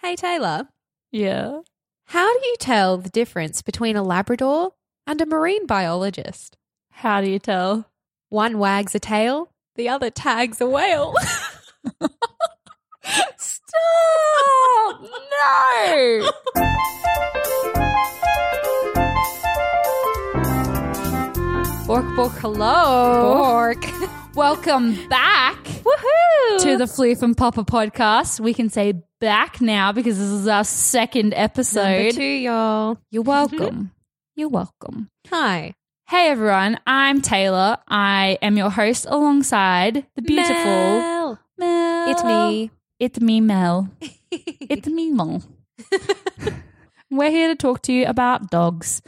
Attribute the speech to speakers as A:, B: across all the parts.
A: Hey, Taylor,
B: Yeah.
A: how do you tell the difference between a Labrador and a marine biologist?
B: How do you tell?
A: One wags a tail, the other tags a whale. Stop! No! Bork, bork, hello.
C: Bork. Welcome back
A: Woohoo!
C: to the Floof and Popper podcast. We can say back now because this is our second
A: Number
C: episode.
A: two, y'all.
C: You're welcome. You're welcome.
A: Hi.
C: Hey everyone, I'm Taylor. I am your host alongside the beautiful Mel.
A: Mel. It's me.
C: It's me, Mel. It's me, Mel. We're here to talk to you about dogs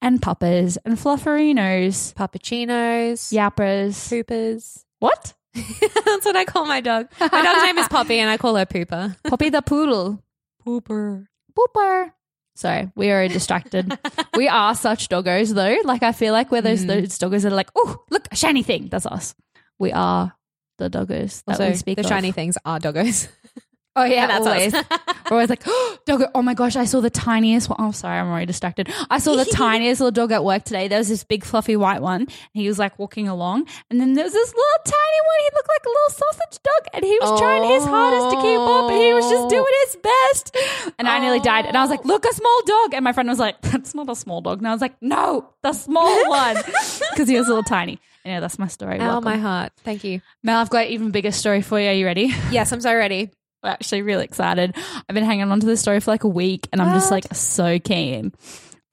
C: and puppas and flufferinos,
A: Puppuccinos.
C: yappers.
A: Poopers.
C: What?
A: That's what I call my dog. My dog's name is Poppy, and I call her Pooper.
C: Poppy the poodle.
A: Pooper.
C: Booper. Sorry, we are distracted. we are such doggos though. Like I feel like we're those,
A: Mm.
C: those doggos that are like, oh, look, a shiny thing. That's us. We are the doggos that
A: Also,
C: we speak
A: the
C: of.
A: shiny things are doggos.
C: Oh
A: And
C: yeah,
A: that's
C: always.
A: us.
C: We're always like, oh, dog. Oh my gosh, I saw the tiniest one. Oh, sorry, I'm already distracted. I saw the tiniest little dog at work today. There was this big fluffy white one. And he was like walking along, and then there was this little tiny one. He looked like a little sausage dog, and he was trying his hardest to keep up, and he was
A: Oh.
C: just doing his best. And I nearly died. And I was like, look, a small dog. And my friend was like, that's not a small dog. And I was like, no, the small one, because he was a little tiny. Yeah, that's my story.
A: Ow,
C: Welcome.
A: Oh, my heart. Thank you.
C: Mel, I've got an even bigger story for you. Are you ready?
A: Yes, I'm so ready.
C: We're actually really excited. I've been hanging on to this story for like a week and I'm just like so keen.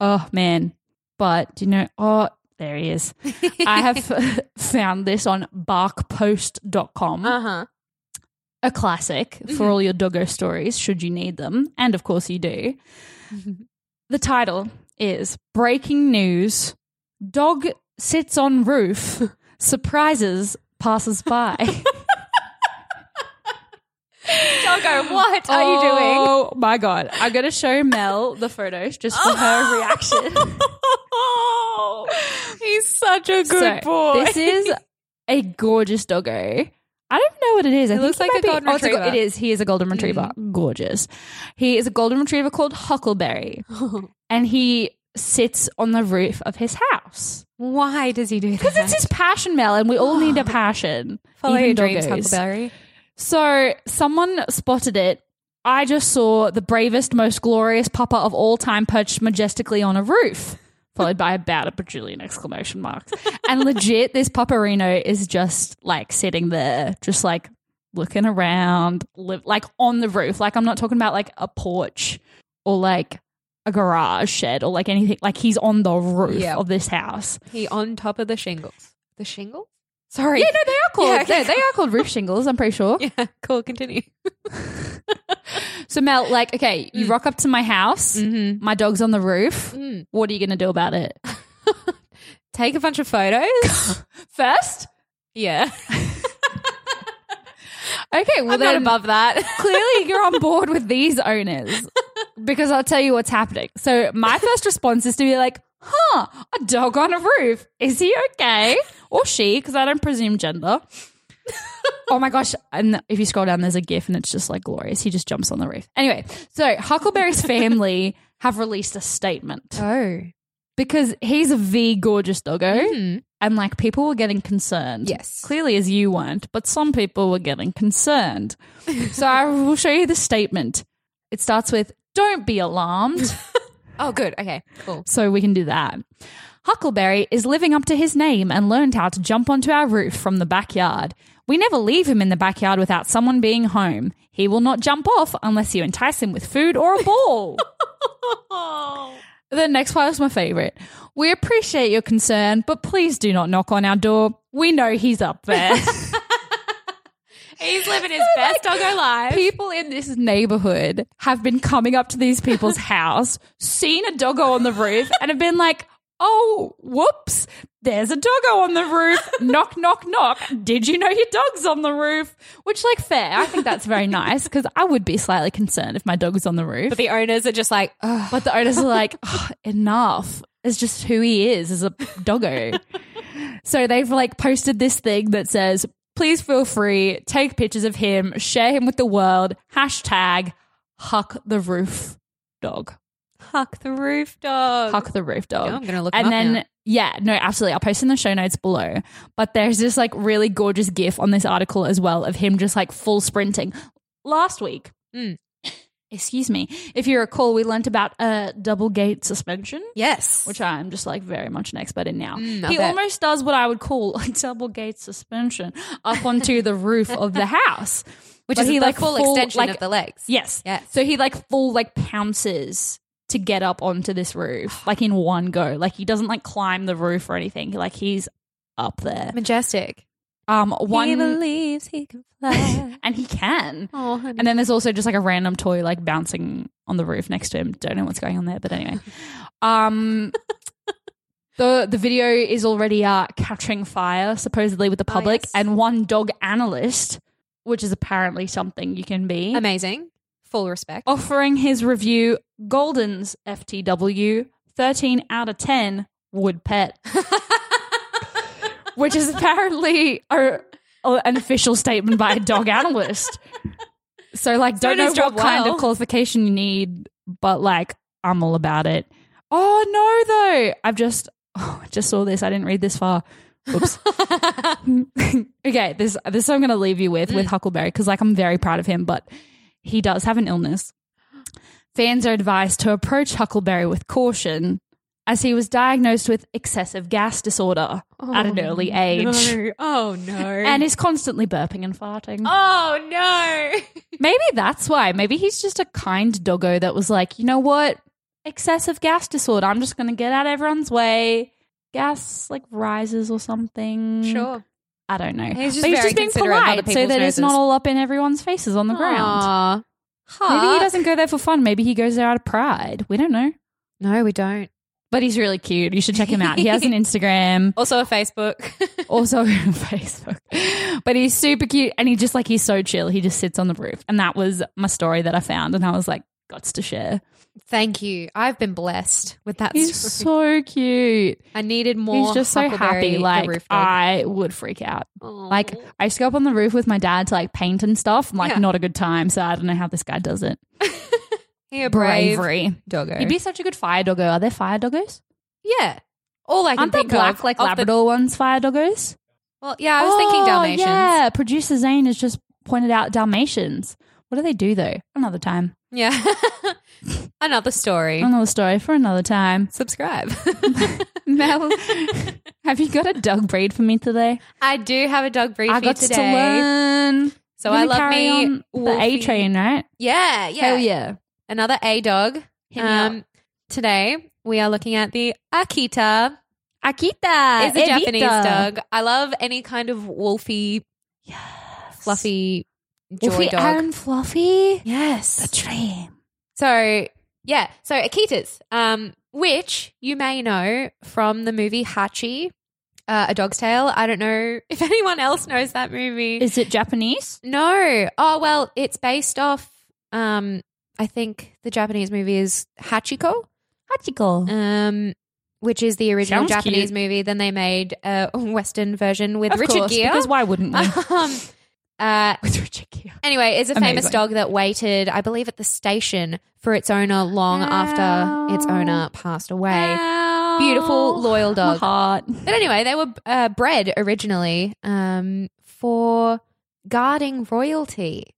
C: Oh man. But do you know oh there he is. I have found this on barkpost.com.
A: Uh huh.
C: a classic for all your doggo stories should you need them and of course you do. the title is Breaking News. Dog sits on roof. Surprises passers by.
A: Doggo, what are you doing?
C: Oh my god! I'm gonna show Mel the photos just for her reaction.
A: Oh. He's such a
C: So, This is a gorgeous doggo. I don't know what it is. I
A: It
C: think
A: looks
C: he
A: like
C: might
A: a
C: be-
A: golden
C: oh, it's a go-
A: retriever. Mm.
C: it is. He is a golden retriever. Gorgeous. He is a golden retriever called Huckleberry, and he sits on the roof of his house.
A: Why does he do
C: Because
A: that?
C: it's his passion, Mel, and we all need a passion.
A: Follow
C: even
A: your dreams,
C: doggos.
A: Huckleberry.
C: So someone spotted it. I just saw the bravest, most glorious papa of all time perched majestically on a roof, followed by about a bajillion exclamation marks. And legit, this paparino is just like sitting there, just like looking around, li- like on the roof. Like I'm not talking about like a porch or like a garage shed or like anything. Like he's on the roof
A: Yeah.
C: of this house.
A: He on top of the shingles. The shingles? Sorry.
C: Yeah, no, they are called
A: Yeah, okay,
C: they, they are called roof shingles. I'm pretty sure.
A: Yeah, cool. Continue.
C: So Mel, like, okay, you rock up to my house.
A: Mm. Mm-hmm.
C: My dog's on the roof.
A: Mm.
C: What are you going to do about it?
A: Take a bunch of photos.
C: First,
A: yeah.
C: okay, well
A: I'm not
C: then
A: above that.
C: clearly you're on board with these owners because I'll tell you what's happening. So my first response is to be like, "Huh, a dog on a roof? Is he okay or she?" Because I don't presume gender. oh my gosh! And if you scroll down, there's a GIF, and it's just like glorious. He just jumps on the roof. Anyway, so Huckleberry's family have released a statement.
A: Oh.
C: because he's a V gorgeous doggo, and like people were getting concerned.
A: Yes.
C: clearly as you weren't, but some people were getting concerned. so I will show you the statement. It starts with "Don't be alarmed."
A: Oh, good. Okay, cool.
C: so we can do that. Huckleberry is living up to his name and learned how to jump onto our roof from the backyard. We never leave him in the backyard without someone being home. He will not jump off unless you entice him with food or a ball.
A: Oh,
C: The next part is my favorite. We appreciate your concern, but please do not knock on our door. We know he's up there.
D: He's living his best doggo life.
C: People in this neighborhood have been coming up to these people's house, seen a doggo on the roof, and have been like, oh, whoops, there's a doggo on the roof. Knock, knock, knock. Did you know your dog's on the roof? Which, like, fair. I think that's very nice because I would be slightly concerned if my dog was on the roof.
D: But the owners are just like, Ugh.
C: But the owners are like, "Oh, enough. It's just who he is as a doggo. so they've like posted this thing that says, please feel free, take pictures of him, share him with the world, hashtag huck the roof dog.
D: huck the roof dog.
C: Huck the roof dog.
D: Yeah, I'm gonna look him
C: And
D: up
C: then
D: now.
C: yeah, no, absolutely. I'll post in the show notes below. But there's this like really gorgeous gif on this article as well of him just like full sprinting. Last week,
D: Mm.
C: excuse me, if you recall, we learnt about a double gate suspension
D: yes.
C: which I'm just like very much an expert in now.
D: Mm, I
C: he
D: bet.
C: almost does what I would call a double gate suspension up onto the roof of the house,
D: which
C: But
D: is
C: he,
D: the
C: like,
D: full,
C: full,
D: extension
C: like-
D: of the legs.
C: Yes.
D: Yes.
C: So he like full like pounces to get up onto this roof, like in one go. Like he doesn't like climb the roof or anything. Like he's up there.
D: Majestic.
C: Um, one
D: He believes he can fly.
C: and he can.
D: oh,
C: And then there's also just like a random toy like bouncing on the roof next to him. Don't know what's going on there, but anyway. Um the the video is already uh catching fire supposedly with the
D: Oh,
C: public
D: yes.
C: and one dog analyst, which is apparently something you can be.
D: Amazing. Full respect.
C: Offering his review Golden's FTW 13 out of 10 would pet, which is apparently a, a- an official statement by a dog analyst. So, like, don't know
D: does
C: what
D: job
C: kind
D: well.
C: of qualification you need, but like, I'm all about it. Oh no, though I've just oh, I just saw this. I didn't read this far. Oops. okay, this this I'm going to leave you with
D: Mm.
C: with Huckleberry because like I'm very proud of him, but he does have an illness. Fans are advised to approach Huckleberry with caution as he was diagnosed with excessive gas disorder at an early age
D: Oh, No. Oh no.
C: and is constantly burping and farting.
D: oh no.
C: Maybe that's why. Maybe he's just a kind doggo that was like, you know what? Excessive gas disorder. I'm just going to get out of everyone's way. Gas like rises or something.
D: Sure.
C: I don't know.
D: He's just
C: But
D: very considerate of other
C: so
D: people's
C: that it's not
D: noses.
C: all up in everyone's faces on the ground.
D: Aw.
C: Maybe he
D: Huck.
C: doesn't go there for fun. Maybe he goes there out of pride. We don't know.
D: No, we don't.
C: But he's really cute. You should check him out. He has an Instagram,
D: Also a Facebook.
C: also on Facebook. But he's super cute and he just like he's so chill. He just sits on the roof. And that was my story that I found and I was like, gots to share.
D: Thank you. I've been blessed with that.
C: He's
D: story.
C: so cute.
D: I needed more.
C: he's just so
D: Huckleberry
C: happy.
D: the
C: Like
D: roof dog.
C: I would freak out.
D: Aw.
C: Like I used to go up on the roof with my dad to like paint and stuff. Like
D: Yeah.
C: not a good time. So I don't know how this guy does it.
D: he a brave
C: Bravery.
D: doggo.
C: You'd be such a good fire doggo. Are there fire doggos?
D: yeah. All I can
C: Aren't there
D: think
C: black
D: of,
C: like
D: off the-
C: Labrador ones fire doggos?
D: well, yeah, I was thinking
C: Oh,
D: Dalmatians.
C: Yeah, producer Zane has just pointed out Dalmatians. What do they do though? Another time.
D: Yeah. Another story.
C: Another story for another time.
D: Subscribe.
C: Mel, have you got a dog breed for me today?
D: I do have a dog breed
C: I
D: for you
C: got
D: today.
C: to learn.
D: So I
C: You're gonna
D: love
C: carry
D: me
C: on the
D: Wolfie.
C: A train, right?
D: Yeah, yeah.
C: Hell yeah.
D: Another A dog. Um,
C: Hit me up.
D: today we are looking at the Akita.
C: Akita
D: It's a Japanese dog. I love any kind of wolfy, fluffy, joy
C: Wolfie
D: dog.
C: and Fluffy. The
D: yes.
C: dream.
D: So yeah, so Akitas, um, which you may know from the movie Hachi, uh, A Dog's Tale. I don't know if anyone else knows that movie.
C: Is it Japanese?
D: no. Oh well, it's based off. Um, I think the Japanese movie is Hachiko,
C: Hachiko.
D: um, which is the original
C: Oh. Sounds
D: Japanese
C: cute.
D: movie. Then they made a Western version with
C: Of
D: Richard
C: course,
D: Gere.
C: Because why wouldn't we?
D: um, uh,
C: With Richard Gere.
D: Anyway, it's a famous
C: Amazing.
D: dog that waited, I believe, at the station for its owner long after its owner passed away. Beautiful, loyal
C: My
D: dog.
C: heart.
D: But anyway, they were uh, bred originally um, for guarding royalty.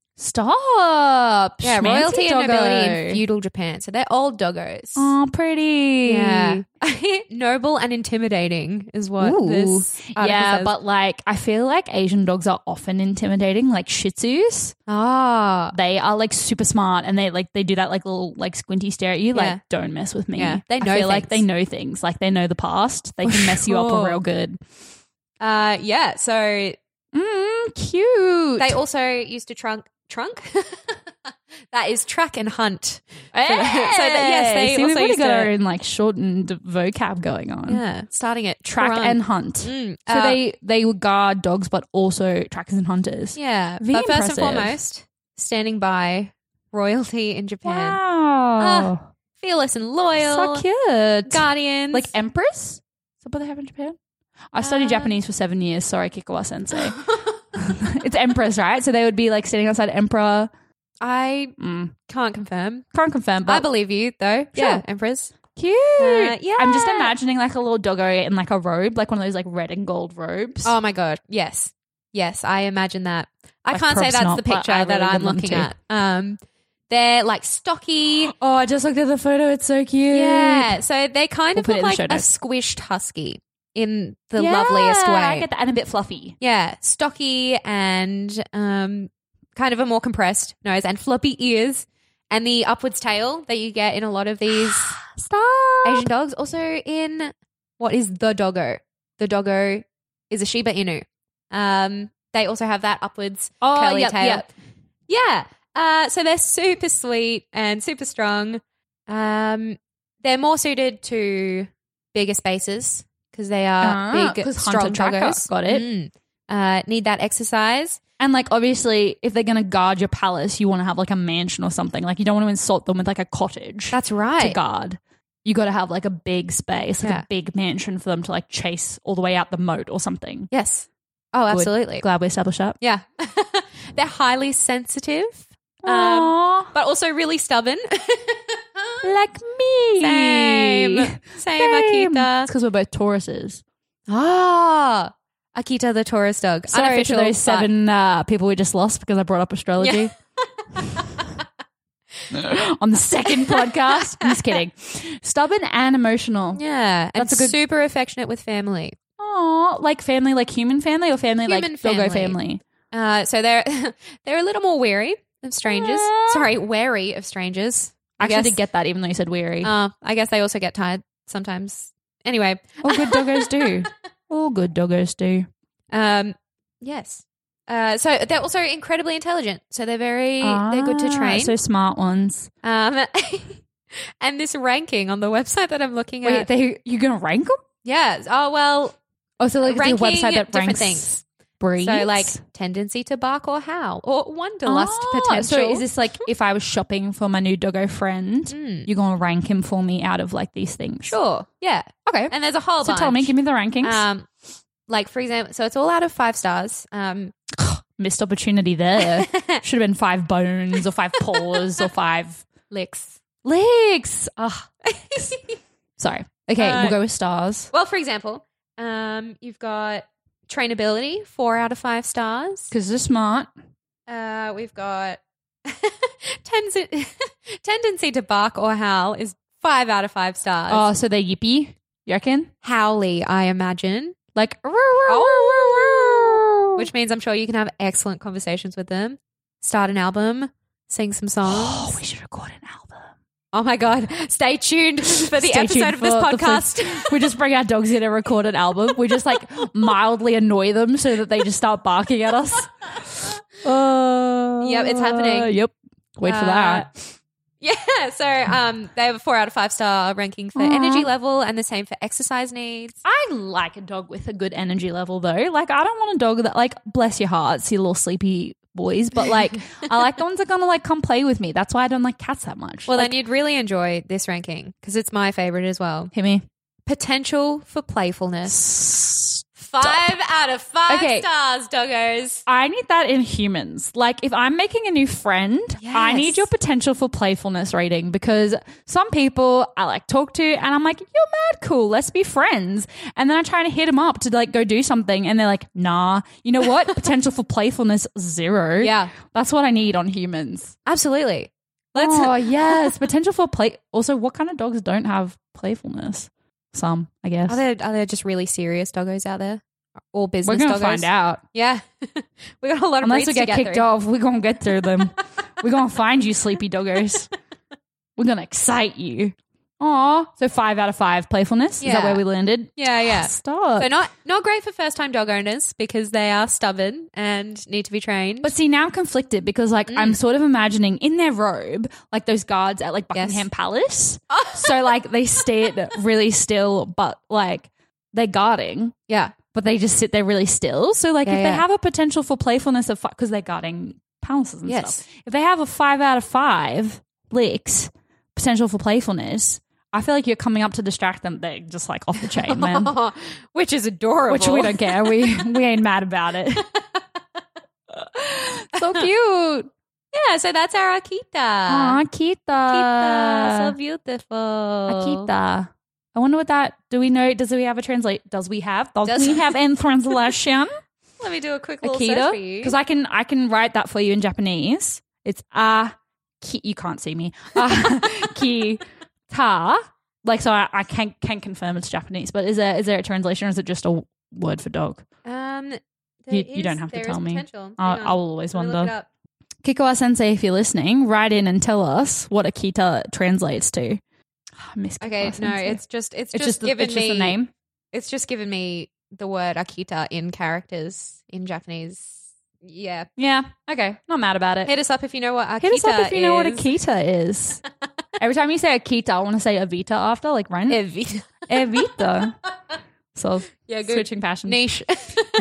C: Stop.
D: Yeah,
C: Schmancy
D: royalty and
C: doggo.
D: nobility in feudal Japan. So they're old doggos.
C: Oh, pretty.
D: Yeah. Noble and intimidating is what
C: Ooh.
D: this article
C: yeah,
D: says.
C: but like I feel like Asian dogs are often intimidating, like Shih Tzus.
D: Ah.
C: They are like super smart, and they like they do that like little like squinty stare at you, like
D: Yeah.
C: don't mess with me.
D: Yeah, they
C: I
D: know
C: feel like they
D: things.
C: know things, like they know the past. They can mess you up
D: sure.
C: real good.
D: Uh, yeah, so
C: Mm, cute.
D: They also used to trunk trunk. that is track and hunt.
C: Hey!
D: So that- yes, they
C: See,
D: also
C: we've already
D: used
C: got
D: to-
C: our own like shortened vocab going on.
D: Yeah, starting at
C: Track
D: crime.
C: and hunt.
D: Mm,
C: So
D: uh,
C: they they would guard dogs, but also trackers and hunters.
D: yeah.
C: Very
D: but first
C: impressive.
D: and foremost, standing by royalty in Japan,
C: Wow,
D: fearless and loyal,
C: so cute.
D: guardians.
C: Like empress. Is that what they have in Japan? I studied
D: Uh,
C: Japanese for seven years. Sorry, Kikuwa Sensei. it's empress, right? So they would be like standing outside emperor.
D: I
C: Mm,
D: can't confirm.
C: can't confirm, but
D: I believe you though. Yeah,
C: Sure.
D: empress.
C: cute.
D: Uh, yeah.
C: I'm just imagining like a little doggo in like a robe, like one of those like red and gold robes.
D: Oh my god. Yes. Yes, I imagine that. I
C: I've
D: can't say
C: props
D: that's
C: not,
D: the
C: but
D: picture
C: I
D: that
C: really
D: I'm
C: want them
D: looking
C: to.
D: at. Um they're like stocky.
C: Oh, I just looked at the photo. It's so cute.
D: Yeah. So they kind
C: We'll
D: of
C: put it
D: look
C: in the
D: like
C: show
D: a
C: notes.
D: squished husky in the
C: Yeah,
D: loveliest way.
C: I get that. And a bit fluffy.
D: Yeah. Stocky and um kind of a more compressed nose and floppy ears and the upwards tail that you get in a lot of these
C: Stop.
D: Asian dogs. Also in what is the doggo? The doggo is a Shiba Inu. Um, they also have that upwards
C: Oh,
D: curly
C: yep,
D: tail.
C: yep.
D: Yeah. Uh, so they're super sweet and super strong. Um, they're more suited to bigger spaces because they are
C: Ah,
D: big,
C: 'cause
D: strong
C: hunter tracker.
D: doggos.
C: Got it.
D: Mm. Uh, need that exercise.
C: And like obviously, if they're gonna guard your palace, you want to have like a mansion or something. Like you don't want to insult them with like a cottage
D: That's
C: to
D: right.
C: guard. You got to have like a big space, like
D: Yeah.
C: a big mansion for them to like chase all the way out the moat or something.
D: Yes. Oh,
C: Good.
D: absolutely.
C: Glad we established that.
D: Yeah. they're highly sensitive.
C: Um, Aw,
D: but also really stubborn.
C: like me.
D: Same. Same,
C: It's
D: Akita.
C: because we're both Tauruses.
D: Ah, Akita the Taurus dog.
C: Sorry to
D: Unofficial, but-
C: those seven uh, people we just lost because I brought up astrology. On the second podcast. I'm just kidding. Stubborn and emotional.
D: Yeah, and
C: That's a good-
D: super affectionate with family.
C: Oh, like family, like human family, or family
D: Human
C: like
D: family.
C: doggo family.
D: Uh, so they're they're a little more wary of strangers.
C: Yeah.
D: Sorry, wary of strangers.
C: I actually
D: guess-
C: did get that, even though you said weary.
D: Uh, I guess they also get tired sometimes. Anyway,
C: All good doggos do. All good doggos do.
D: um, yes. Uh, so they're also incredibly intelligent. So they're very they're good to
C: Ah,
D: train.
C: So smart ones.
D: Um, and this ranking on the website that I'm looking at.
C: Wait, they you gonna rank them?
D: yes. Oh well,
C: Oh, so like
D: ranking
C: the website that
D: different
C: ranks
D: things.
C: breeds.
D: So like tendency to bark or howl or wanderlust
C: lust
D: potential.
C: Ah, So is this like if I was shopping for my new doggo friend,
D: Mm.
C: you're gonna rank him for me out of like these things?
D: sure? Yeah.
C: Okay.
D: And there's a whole
C: so
D: bunch.
C: tell me, give me the rankings.
D: um, like for example, so it's all out of five stars. Um,
C: Missed opportunity there. Should have been five bones or five paws or five
D: licks.
C: Legs. Ah, sorry. Okay,
D: Uh,
C: we'll go with stars
D: Well, for example, um, you've got trainability four out of five stars.
C: because they're smart.
D: Uh, we've got tendency tendency to bark or howl is five out of five stars.
C: Oh, so they're yippy. You reckon?
D: Howly, I imagine.
C: Like, Oh.
D: Which means I'm sure you can have excellent conversations with them. Start an album, sing some songs.
C: oh, we should record an album
D: Oh my God. Stay tuned for the
C: Stay
D: episode
C: tuned
D: of this
C: for the first-
D: podcast.
C: we just bring our dogs in and record an album. We just like mildly annoy them so that they just start barking at us. Uh,
D: Yep, it's happening.
C: Yep. Wait
D: Uh,
C: for that.
D: yeah. So um, they have a four out of five star ranking for
C: Aw.
D: energy level and the same for exercise needs.
C: I like a dog with a good energy level though. Like I don't want a dog that like bless your hearts, you little sleepy boys, but like I like the ones that are gonna like come play with me. That's why I don't like cats that much.
D: Well,
C: like,
D: then you'd really enjoy this ranking because it's my favorite as well.
C: hit me.
D: Potential for playfulness. Five out of five
C: Okay.
D: stars, doggos.
C: I need that in humans. Like if I'm making a new friend, I
D: Yes.
C: need your potential for playfulness rating because some people I like talk to and I'm like, you're mad cool, let's be friends. And then I try to hit them up to like go do something and they're like, nah, you know what? potential for playfulness zero.
D: Yeah.
C: That's what I need on humans.
D: Absolutely. Let's
C: oh yes, potential for play. Also, what kind of dogs don't have playfulness? Some, I guess.
D: Are there are there just really serious doggos out there? All
C: We're
D: business
C: gonna
D: doggos.
C: find out.
D: Yeah, we got a lot of
C: Unless
D: breeds
C: we get,
D: to
C: kicked
D: through.
C: off, we're gonna get through them. we're gonna find you, sleepy doggos. We're gonna excite you. Aw. So five out of five playfulness. Is
D: Yeah.
C: that where we landed?
D: Yeah, yeah.
C: Stop.
D: So not not great for first time dog owners because they are stubborn and need to be trained.
C: But see, now I'm conflicted because, like,
D: Mm.
C: I'm sort of imagining in their robe, like those guards at like
D: Yes.
C: Buckingham Palace. so like they stayed really still, but like they're guarding,
D: yeah,
C: but they just sit there really still. So like
D: Yeah,
C: if
D: yeah.
C: they have a potential for playfulness of because they're guarding palaces and
D: Yes.
C: stuff. If they have a five out of five licks potential for playfulness, I feel like you're coming up to distract them. They're just like off the chain, man.
D: which is adorable.
C: Which we don't care. We we ain't mad about it.
D: so cute. Yeah, so that's our Akita.
C: Aw, Kita.
D: Akita, Uh, so beautiful.
C: Akita. I wonder what that. Do we know? Does we have a translate? Does we have? Does,
D: Does-
C: we have in translation?
D: Let me do a quick little search for
C: Akita.
D: you.
C: Because I can I can write that for you in Japanese. It's a ki. You can't see me. Akita. Like so, I, I can can confirm it's Japanese. But is there is there a translation or is it just a word for dog?
D: um, there
C: You- you don't have to
D: there
C: tell
D: is
C: me.
D: potential.
C: I,
D: Hang
C: I
D: on.
C: will always
D: Let me look it
C: wonder.
D: up.
C: Kikoa Sensei, if you're listening, write in and tell us what Akita translates to. Ah, I miss Kikoa
D: Okay, no,
C: Sensei.
D: it's just it's,
C: it's
D: just,
C: the-
D: given
C: it's
D: me
C: just the name.
D: It's just given me the word Akita in characters in Japanese. Yeah,
C: Yeah. Okay. Not mad about it.
D: hit us up if you know what Akita
C: Hit us up if you know what
D: is.
C: Akita is. Every time you say Akita, I want to say Evita after, like Ren.
D: Evita.
C: Er Evita. So
D: Yeah, good.
C: switching passions.
D: Niche.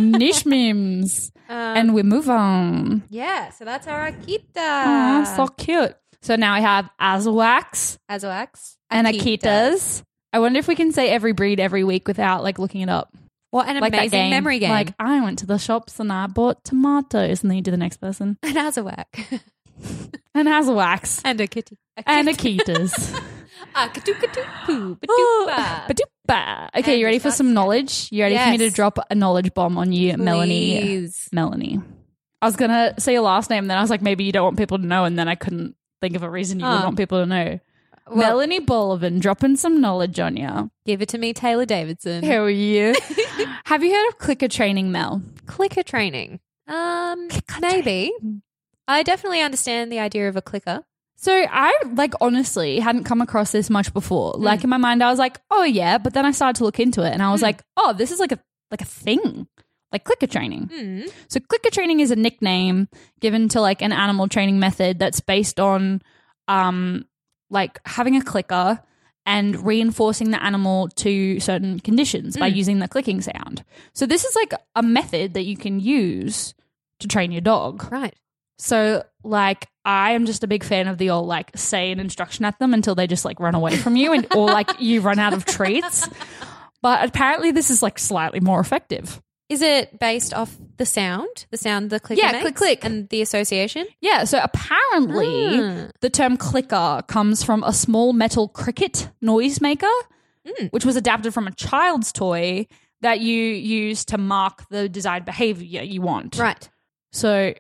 C: Niche memes.
D: Ah.
C: and we move on.
D: Yeah, so that's our Akita. Ah,
C: Aw, so cute. So now I have Azwax
D: Azoax.
C: and Akitas. I wonder if we can say every breed every week without like looking it up.
D: What an
C: Like that
D: amazing
C: game.
D: memory game.
C: Like I went to the shops and I bought tomatoes and then you do the next person.
D: an Azoac.
C: And Azwax.
D: and a kitty.
C: And Akitas. Oh,
D: Akituka
C: Ba-doop-ba. Okay,
D: And
C: you ready for
D: that's
C: some
D: it.
C: knowledge? You ready for me to
D: Yes.
C: drop a knowledge bomb on you, Melanie? Melanie. I was gonna say your last name, then I was like, maybe you don't want people to know, and then I couldn't think of a reason you would
D: Oh.
C: want people to know.
D: Well-
C: Melanie Bolivan dropping some knowledge on you.
D: Give it to me, Taylor Davidson.
C: How are you? Have you heard of clicker training, Mel?
D: Clicker training. Um, maybe. I definitely understand the idea of a clicker.
C: So I like honestly hadn't come across this much before. Like in my mind, I was like, oh yeah, but then I started to look into it, and I was like, oh, this is like a like a thing, like clicker training.
D: Hmm.
C: So clicker training is a nickname given to like an animal training method that's based on um like having a clicker and reinforcing the animal to certain conditions by using the clicking sound. So this is like a method that you can use to train your dog.
D: Right.
C: So like I am just a big fan of the old like say an instruction at them until they just like run away from you and or like you run out of treats. But apparently this is like slightly more effective.
D: Is it based off the sound? The sound the clicker
C: Yeah,
D: makes?
C: click, click.
D: And the association?
C: Yeah, so apparently
D: Ah.
C: the term clicker comes from a small metal cricket noisemaker, which was adapted from a child's toy that you use to mark the desired behavior you want.
D: Right.
C: So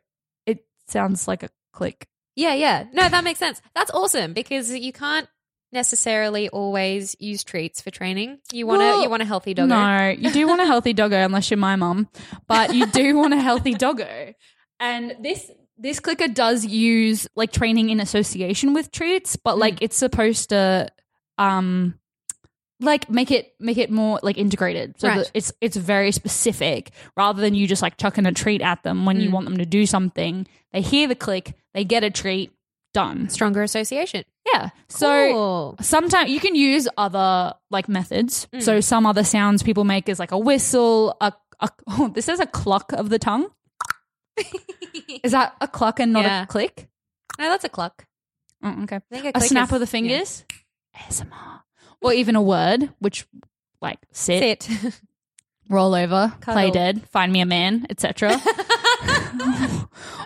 C: it sounds like a click.
D: Yeah, yeah. No, that makes sense. That's awesome because you can't necessarily always use treats for training. You want to
C: Well,
D: you want a healthy doggo.
C: No, you do want a healthy doggo unless you're my mum, but you do want a healthy doggo. And this this clicker does use like training in association with treats, but
D: Mm.
C: like it's supposed to um like make it make it more like integrated. So
D: Right.
C: that it's it's very specific rather than you just like chucking a treat at them when
D: Mm.
C: you want them to do something. They hear the click, they get a treat, done.
D: Stronger association.
C: Yeah. So
D: Cool.
C: sometimes you can use other like methods.
D: Mm.
C: So some other sounds people make is like a whistle, a, a oh, this is a cluck of the tongue. is that a cluck and not
D: Yeah.
C: a click?
D: no, that's a cluck.
C: Oh, okay.
D: I think a,
C: A
D: click
C: snap
D: is-
C: of the fingers. ASMR. Or even a word, which like
D: Yeah.
C: sit,
D: Sit.
C: roll over, play
D: Cuddle.
C: dead, find me a man, etc.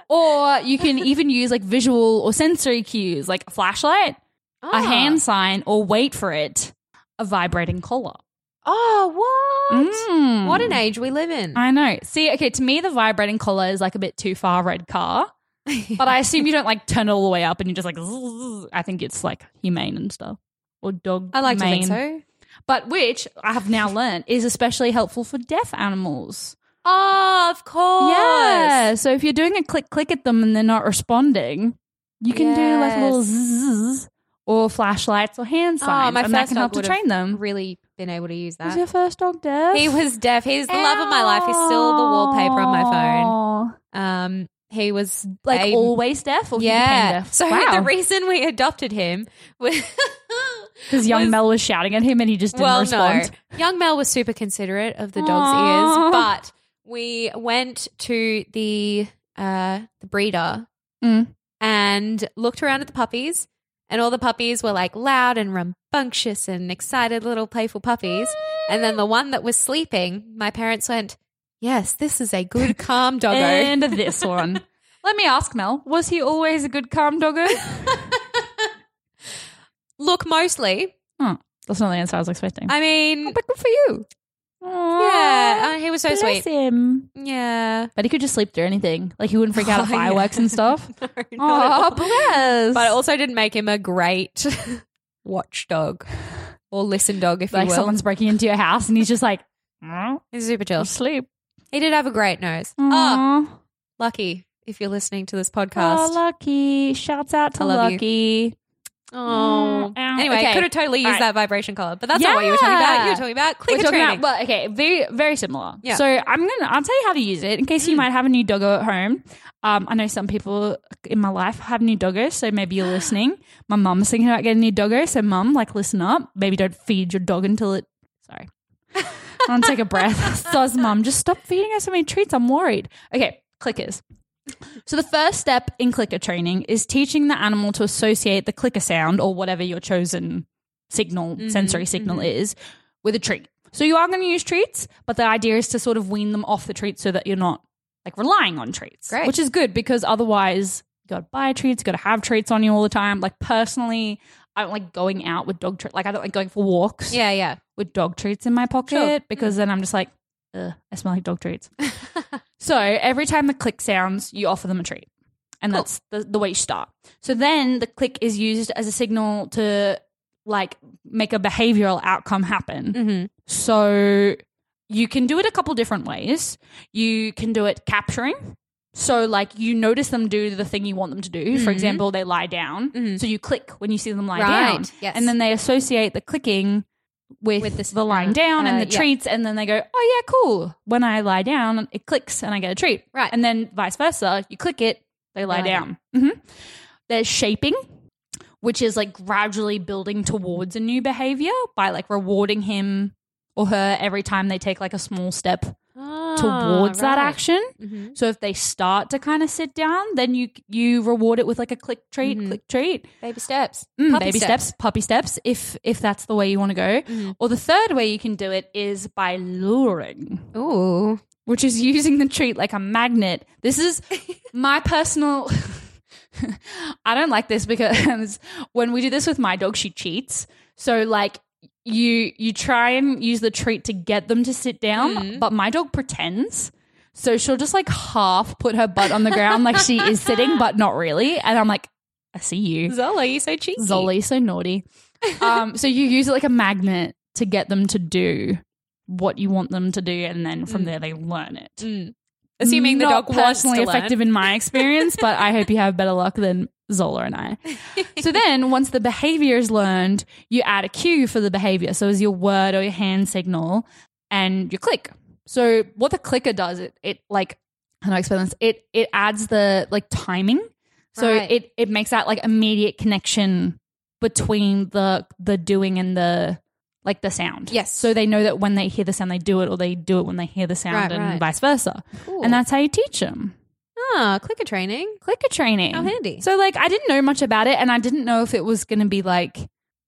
C: or you can even use like visual or sensory cues, like a flashlight,
D: Ah.
C: a hand sign, or wait for it, a vibrating collar.
D: Oh, what?
C: Mm.
D: What an age we live in.
C: I know. See, okay, to me, the vibrating collar is like a bit too far red car. But I assume you don't like turn it all the way up and you just like, zzz. I think it's like humane and stuff. Or dog.
D: I like
C: mane.
D: to think so.
C: But which I have now learned is especially helpful for deaf animals.
D: Oh, of course.
C: Yeah. So if you're doing a click click at them and they're not responding, you can do like a little
D: Yes.
C: zzz or flashlights or hand
D: Ah,
C: signs. and that can help to
D: would've
C: train them.
D: Really been able to use
C: Was
D: that.
C: your first dog deaf?
D: He was deaf. He's the love of my life. He's still the wallpaper on my phone.
C: phone.
D: Um, he was
C: Like
D: a-
C: always deaf, or he became
D: yeah.
C: deaf?
D: So
C: wow.
D: the reason we adopted him was
C: because young
D: was-
C: Mel was shouting at him and he just didn't
D: well,
C: respond.
D: no, young Mel was super considerate of the dog's
C: Aw.
D: ears, but we went to the uh the breeder
C: Mm.
D: and looked around at the puppies, and all the puppies were like loud and rambunctious and excited little playful puppies. And then the one that was sleeping, my parents went, "Yes, this is a good calm doggo."
C: And this one. Let me ask Mel: Was he always a good calm doggo?
D: Look, mostly.
C: oh, that's not the answer I was expecting.
D: I mean,
C: Oh, but good for you.
D: yeah, uh, he was so
C: Bless
D: sweet.
C: him.
D: Yeah.
C: But he could just sleep through anything. Like he wouldn't freak out at
D: Oh, yeah.
C: fireworks and stuff.
D: No, not at all.
C: Oh, bless.
D: But it also didn't make him a great watchdog or listen dog, if
C: like
D: you will.
C: someone's breaking into your house and he's just like, "Mm,
D: He's super
C: I'll
D: chill.
C: sleep.
D: He did have a great nose. Oh,
C: Aw.
D: lucky if you're listening to this
C: Oh,
D: podcast.
C: Lucky. Shouts out to
D: I love you.
C: Lucky.
D: Oh.
C: Mm, ow.
D: Anyway,
C: Okay.
D: could have totally used
C: All right.
D: that vibration collar, but that's not what you were talking about. You were talking about clicker
C: We're talking
D: training.
C: about, well, okay, very, very similar.
D: Yeah. Mm.
C: So I'm gonna, I'll tell you how to use it in case you might have a new doggo at home. Um, I know some people in my life have new doggos, so maybe you're listening. My mum's thinking about getting a new doggo, so mum, like, listen up. Maybe don't feed your dog until it. Sorry, I'll take a breath. Says mum, just stop feeding her so many treats. I'm worried. Okay, clickers. So the first step in clicker training is teaching the animal to associate the clicker sound or whatever your chosen signal, sensory signal is, with a treat. So you are going to use treats, but the idea is to sort of wean them off the treats so that you're not like relying on treats,
D: Great.
C: which is good because otherwise you got to buy treats, you got to have treats on you all the time. Like personally, I don't like going out with dog treats. Like I don't like going for walks
D: yeah, yeah.
C: with dog treats in my pocket
D: Sure.
C: because then I'm just like, Ugh, I smell like dog treats. so every time the click sounds, you offer them a treat. And that's the, the way you start. So then the click is used as a signal to like make a behavioral outcome happen.
D: Mm-hmm.
C: So you can do it a couple different ways. You can do it capturing. So like you notice them do the thing you want them to do. For
D: Mhm.
C: example, they lie down.
D: Mhm.
C: So you click when you see them lie
D: Right,
C: down.
D: yes.
C: And then they associate the clicking with,
D: With this-
C: the lying down
D: uh,
C: and the
D: yeah.
C: treats and then they go, "Oh yeah, cool. When I lie down, it clicks and I get a treat."
D: Right.
C: And then vice versa, you click it, they lie,
D: lie
C: down. Mhm. There's shaping which is like gradually building towards a new behavior by like rewarding him or her every time they take like a small step Ah, towards that action.
D: Ah, Mm-hmm.
C: So if they start to kind of sit down, then you you reward it with like a click treat,
D: Mhm.
C: click treat,
D: Baby steps.
C: Mm,
D: Puppy
C: baby steps. puppy steps. If if that's the way you want to go,
D: Mhm.
C: or the third way you can do it is by luring
D: Ooh.
C: which is using the treat like a magnet. This is my personal. I don't like this because when we do this with my dog, she cheats. So like you you try and use the treat to get them to sit down, but my dog pretends. So she'll just like half put her butt on the ground like she is sitting, but not really. And I'm like, I see you.
D: Zola, you so cheeky.
C: Zolly, so naughty. Um, so you use it like a magnet to get them to do what you want them to do, and then from there they learn it.
D: Mm. Assuming the
C: Not
D: dog wants to
C: personally
D: learn.
C: effective in my experience, but I hope you have better luck than Zola and I. So then, once the behavior is learned, you add a cue for the behavior. So is your word or your hand signal and your click. So what the clicker does, it it like how do I explain this? It it adds the like timing. So
D: Right.
C: it it makes that like immediate connection between the the doing and the like the sound.
D: Yes.
C: So they know that when they hear the sound, they do it, or they do it when they hear the sound,
D: Right,
C: and
D: right.
C: vice versa.
D: Cool.
C: And that's how you teach them
D: Ah, clicker training.
C: clicker training.
D: How handy.
C: So like I didn't know much about it and I didn't know if it was going to be like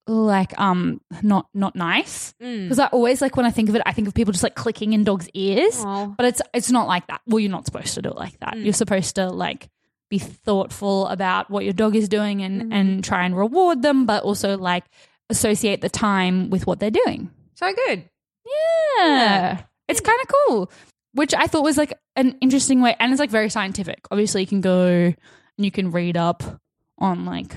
C: like um not not nice
D: Mm.
C: because I always like when I think of it I think of people just like clicking in dogs' ears,
D: Aw.
C: but it's it's not like that. Well, you're not supposed to do it like that. You're supposed to like be thoughtful about what your dog is doing and and try and reward them but also like associate the time with what they're doing.
D: So good.
C: Yeah. It's kind of cool, which I thought was like an interesting way. And it's like very scientific. Obviously, you can go and you can read up on like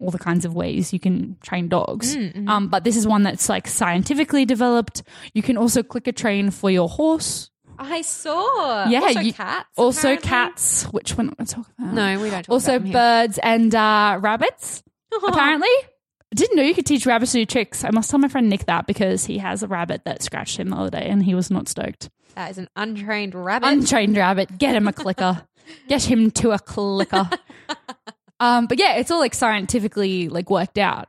C: all the kinds of ways you can train dogs. Um, but this is one that's like scientifically developed. You can also click a train for your horse.
D: I saw.
C: Yeah,
D: Uh, Also
C: you-
D: cats.
C: Also,
D: apparently.
C: cats, which we're not going to talk about.
D: No, we don't. Talk
C: Also,
D: about them here.
C: birds and uh, rabbits, apparently. I didn't know you could teach rabbits new tricks. I must tell my friend Nick that because he has a rabbit that scratched him the other day and he was not stoked.
D: That is an untrained rabbit.
C: Untrained rabbit, get him a clicker. get him to a clicker. um, but yeah, it's all like scientifically like worked out.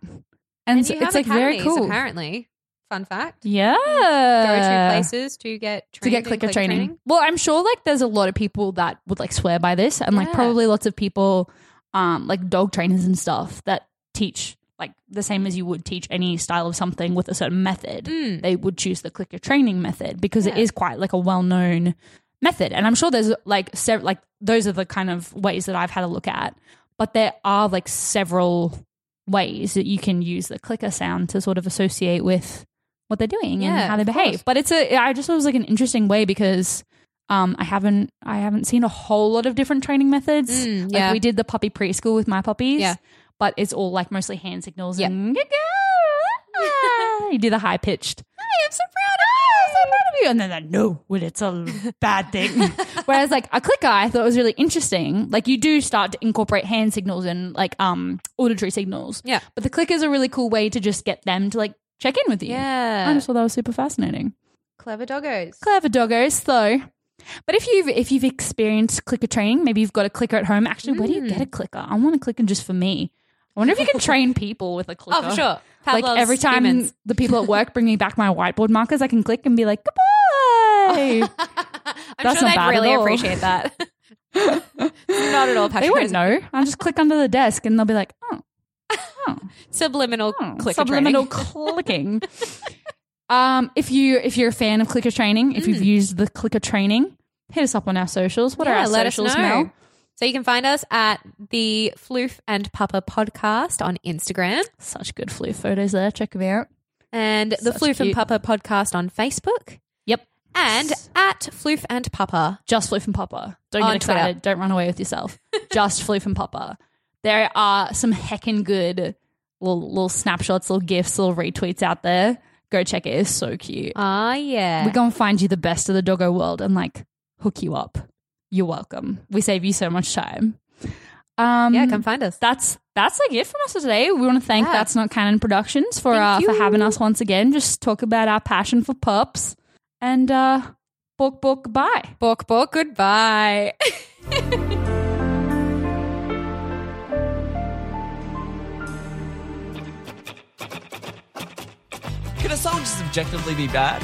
C: And,
D: And
C: so
D: you
C: it's
D: have
C: like very
D: academies,
C: cool.
D: Apparently, fun fact.
C: Yeah.
D: Go to places to get
C: Uh, to
D: trained
C: get
D: in
C: clicker training. Well, I'm sure like there's a lot of people that would like swear by this, and like
D: Yeah.
C: probably lots of people, um, like dog trainers and stuff that teach like the same as you would teach any style of something with a certain method.
D: Mm.
C: They would choose the clicker training method because it
D: Yeah.
C: is quite like a well known method, and I'm sure there's like several like those are the kind of ways that I've had a look at, but there are like several ways that you can use the clicker sound to sort of associate with what they're doing
D: Yeah,
C: and how they
D: of
C: behave.
D: course.
C: But it's a I just thought it was like an interesting way because um I haven't I haven't seen a whole lot of different training methods.
D: Mm,
C: like
D: yeah.
C: we did the puppy preschool with my puppies.
D: Yeah.
C: But it's all like mostly hand signals
D: Yeah.
C: and you do the high pitched. I am so proud of you. so proud of you. And then that no, when it's a bad thing. Whereas like a clicker, I thought was really interesting. Like you do start to incorporate hand signals and like um auditory signals.
D: Yeah.
C: But the clicker's a really cool way to just get them to like check in with you. I
D: Yeah.
C: just thought that was super fascinating.
D: Clever doggos.
C: Clever doggos, though. But if you've if you've experienced clicker training, maybe you've got a clicker at home. Actually, where do you get
D: Mm.
C: a clicker? I want a clicker just for me. I wonder if you can train people with a clicker.
D: oh, for sure. Pat
C: Like
D: loves
C: every time
D: humans.
C: the people at work bring me back my whiteboard markers, I can click and be like, "Goodbye."
D: I'm
C: That's
D: sure
C: not
D: they'd
C: bad at
D: really
C: all.
D: appreciate that. not at all, Patrick.
C: they won't know. I'll just click under the desk, and they'll be like, "Oh,
D: Subliminal
C: Oh,
D: clicker
C: subliminal
D: training.
C: clicking. um, if you if you're a fan of clicker training, if you've used the clicker training, hit us up on our socials. What are
D: Mm. Yeah,
C: our
D: let us
C: socials,
D: know.
C: Mel?
D: So you can find us at the Floof and Papa podcast on Instagram
C: Such good flu photos there. Check them out.
D: and the
C: Such
D: Floof
C: cute.
D: and Papa podcast on Facebook
C: Yep,
D: and at Floof and Papa.
C: just flu from Papa. Don't
D: On
C: get excited. Don't run away with yourself. just flu from Papa. There are some heckin' good little, little snapshots, little gifs, little retweets out there. Go check it. It's so cute.
D: Ah, yeah.
C: We're going to find you the best of the doggo world and like hook you up. You're welcome. We save you so much time. Um,
D: yeah, come find us.
C: that's that's like it from us for today. We want to thank
D: Yeah.
C: That's Not Canon Productions for uh,
D: Thank
C: for
D: you.
C: having us once again. Just talk about our passion for pups and uh, book book bye.
D: Bork, bork, goodbye.
E: Can a song just objectively be bad?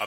F: A Uh,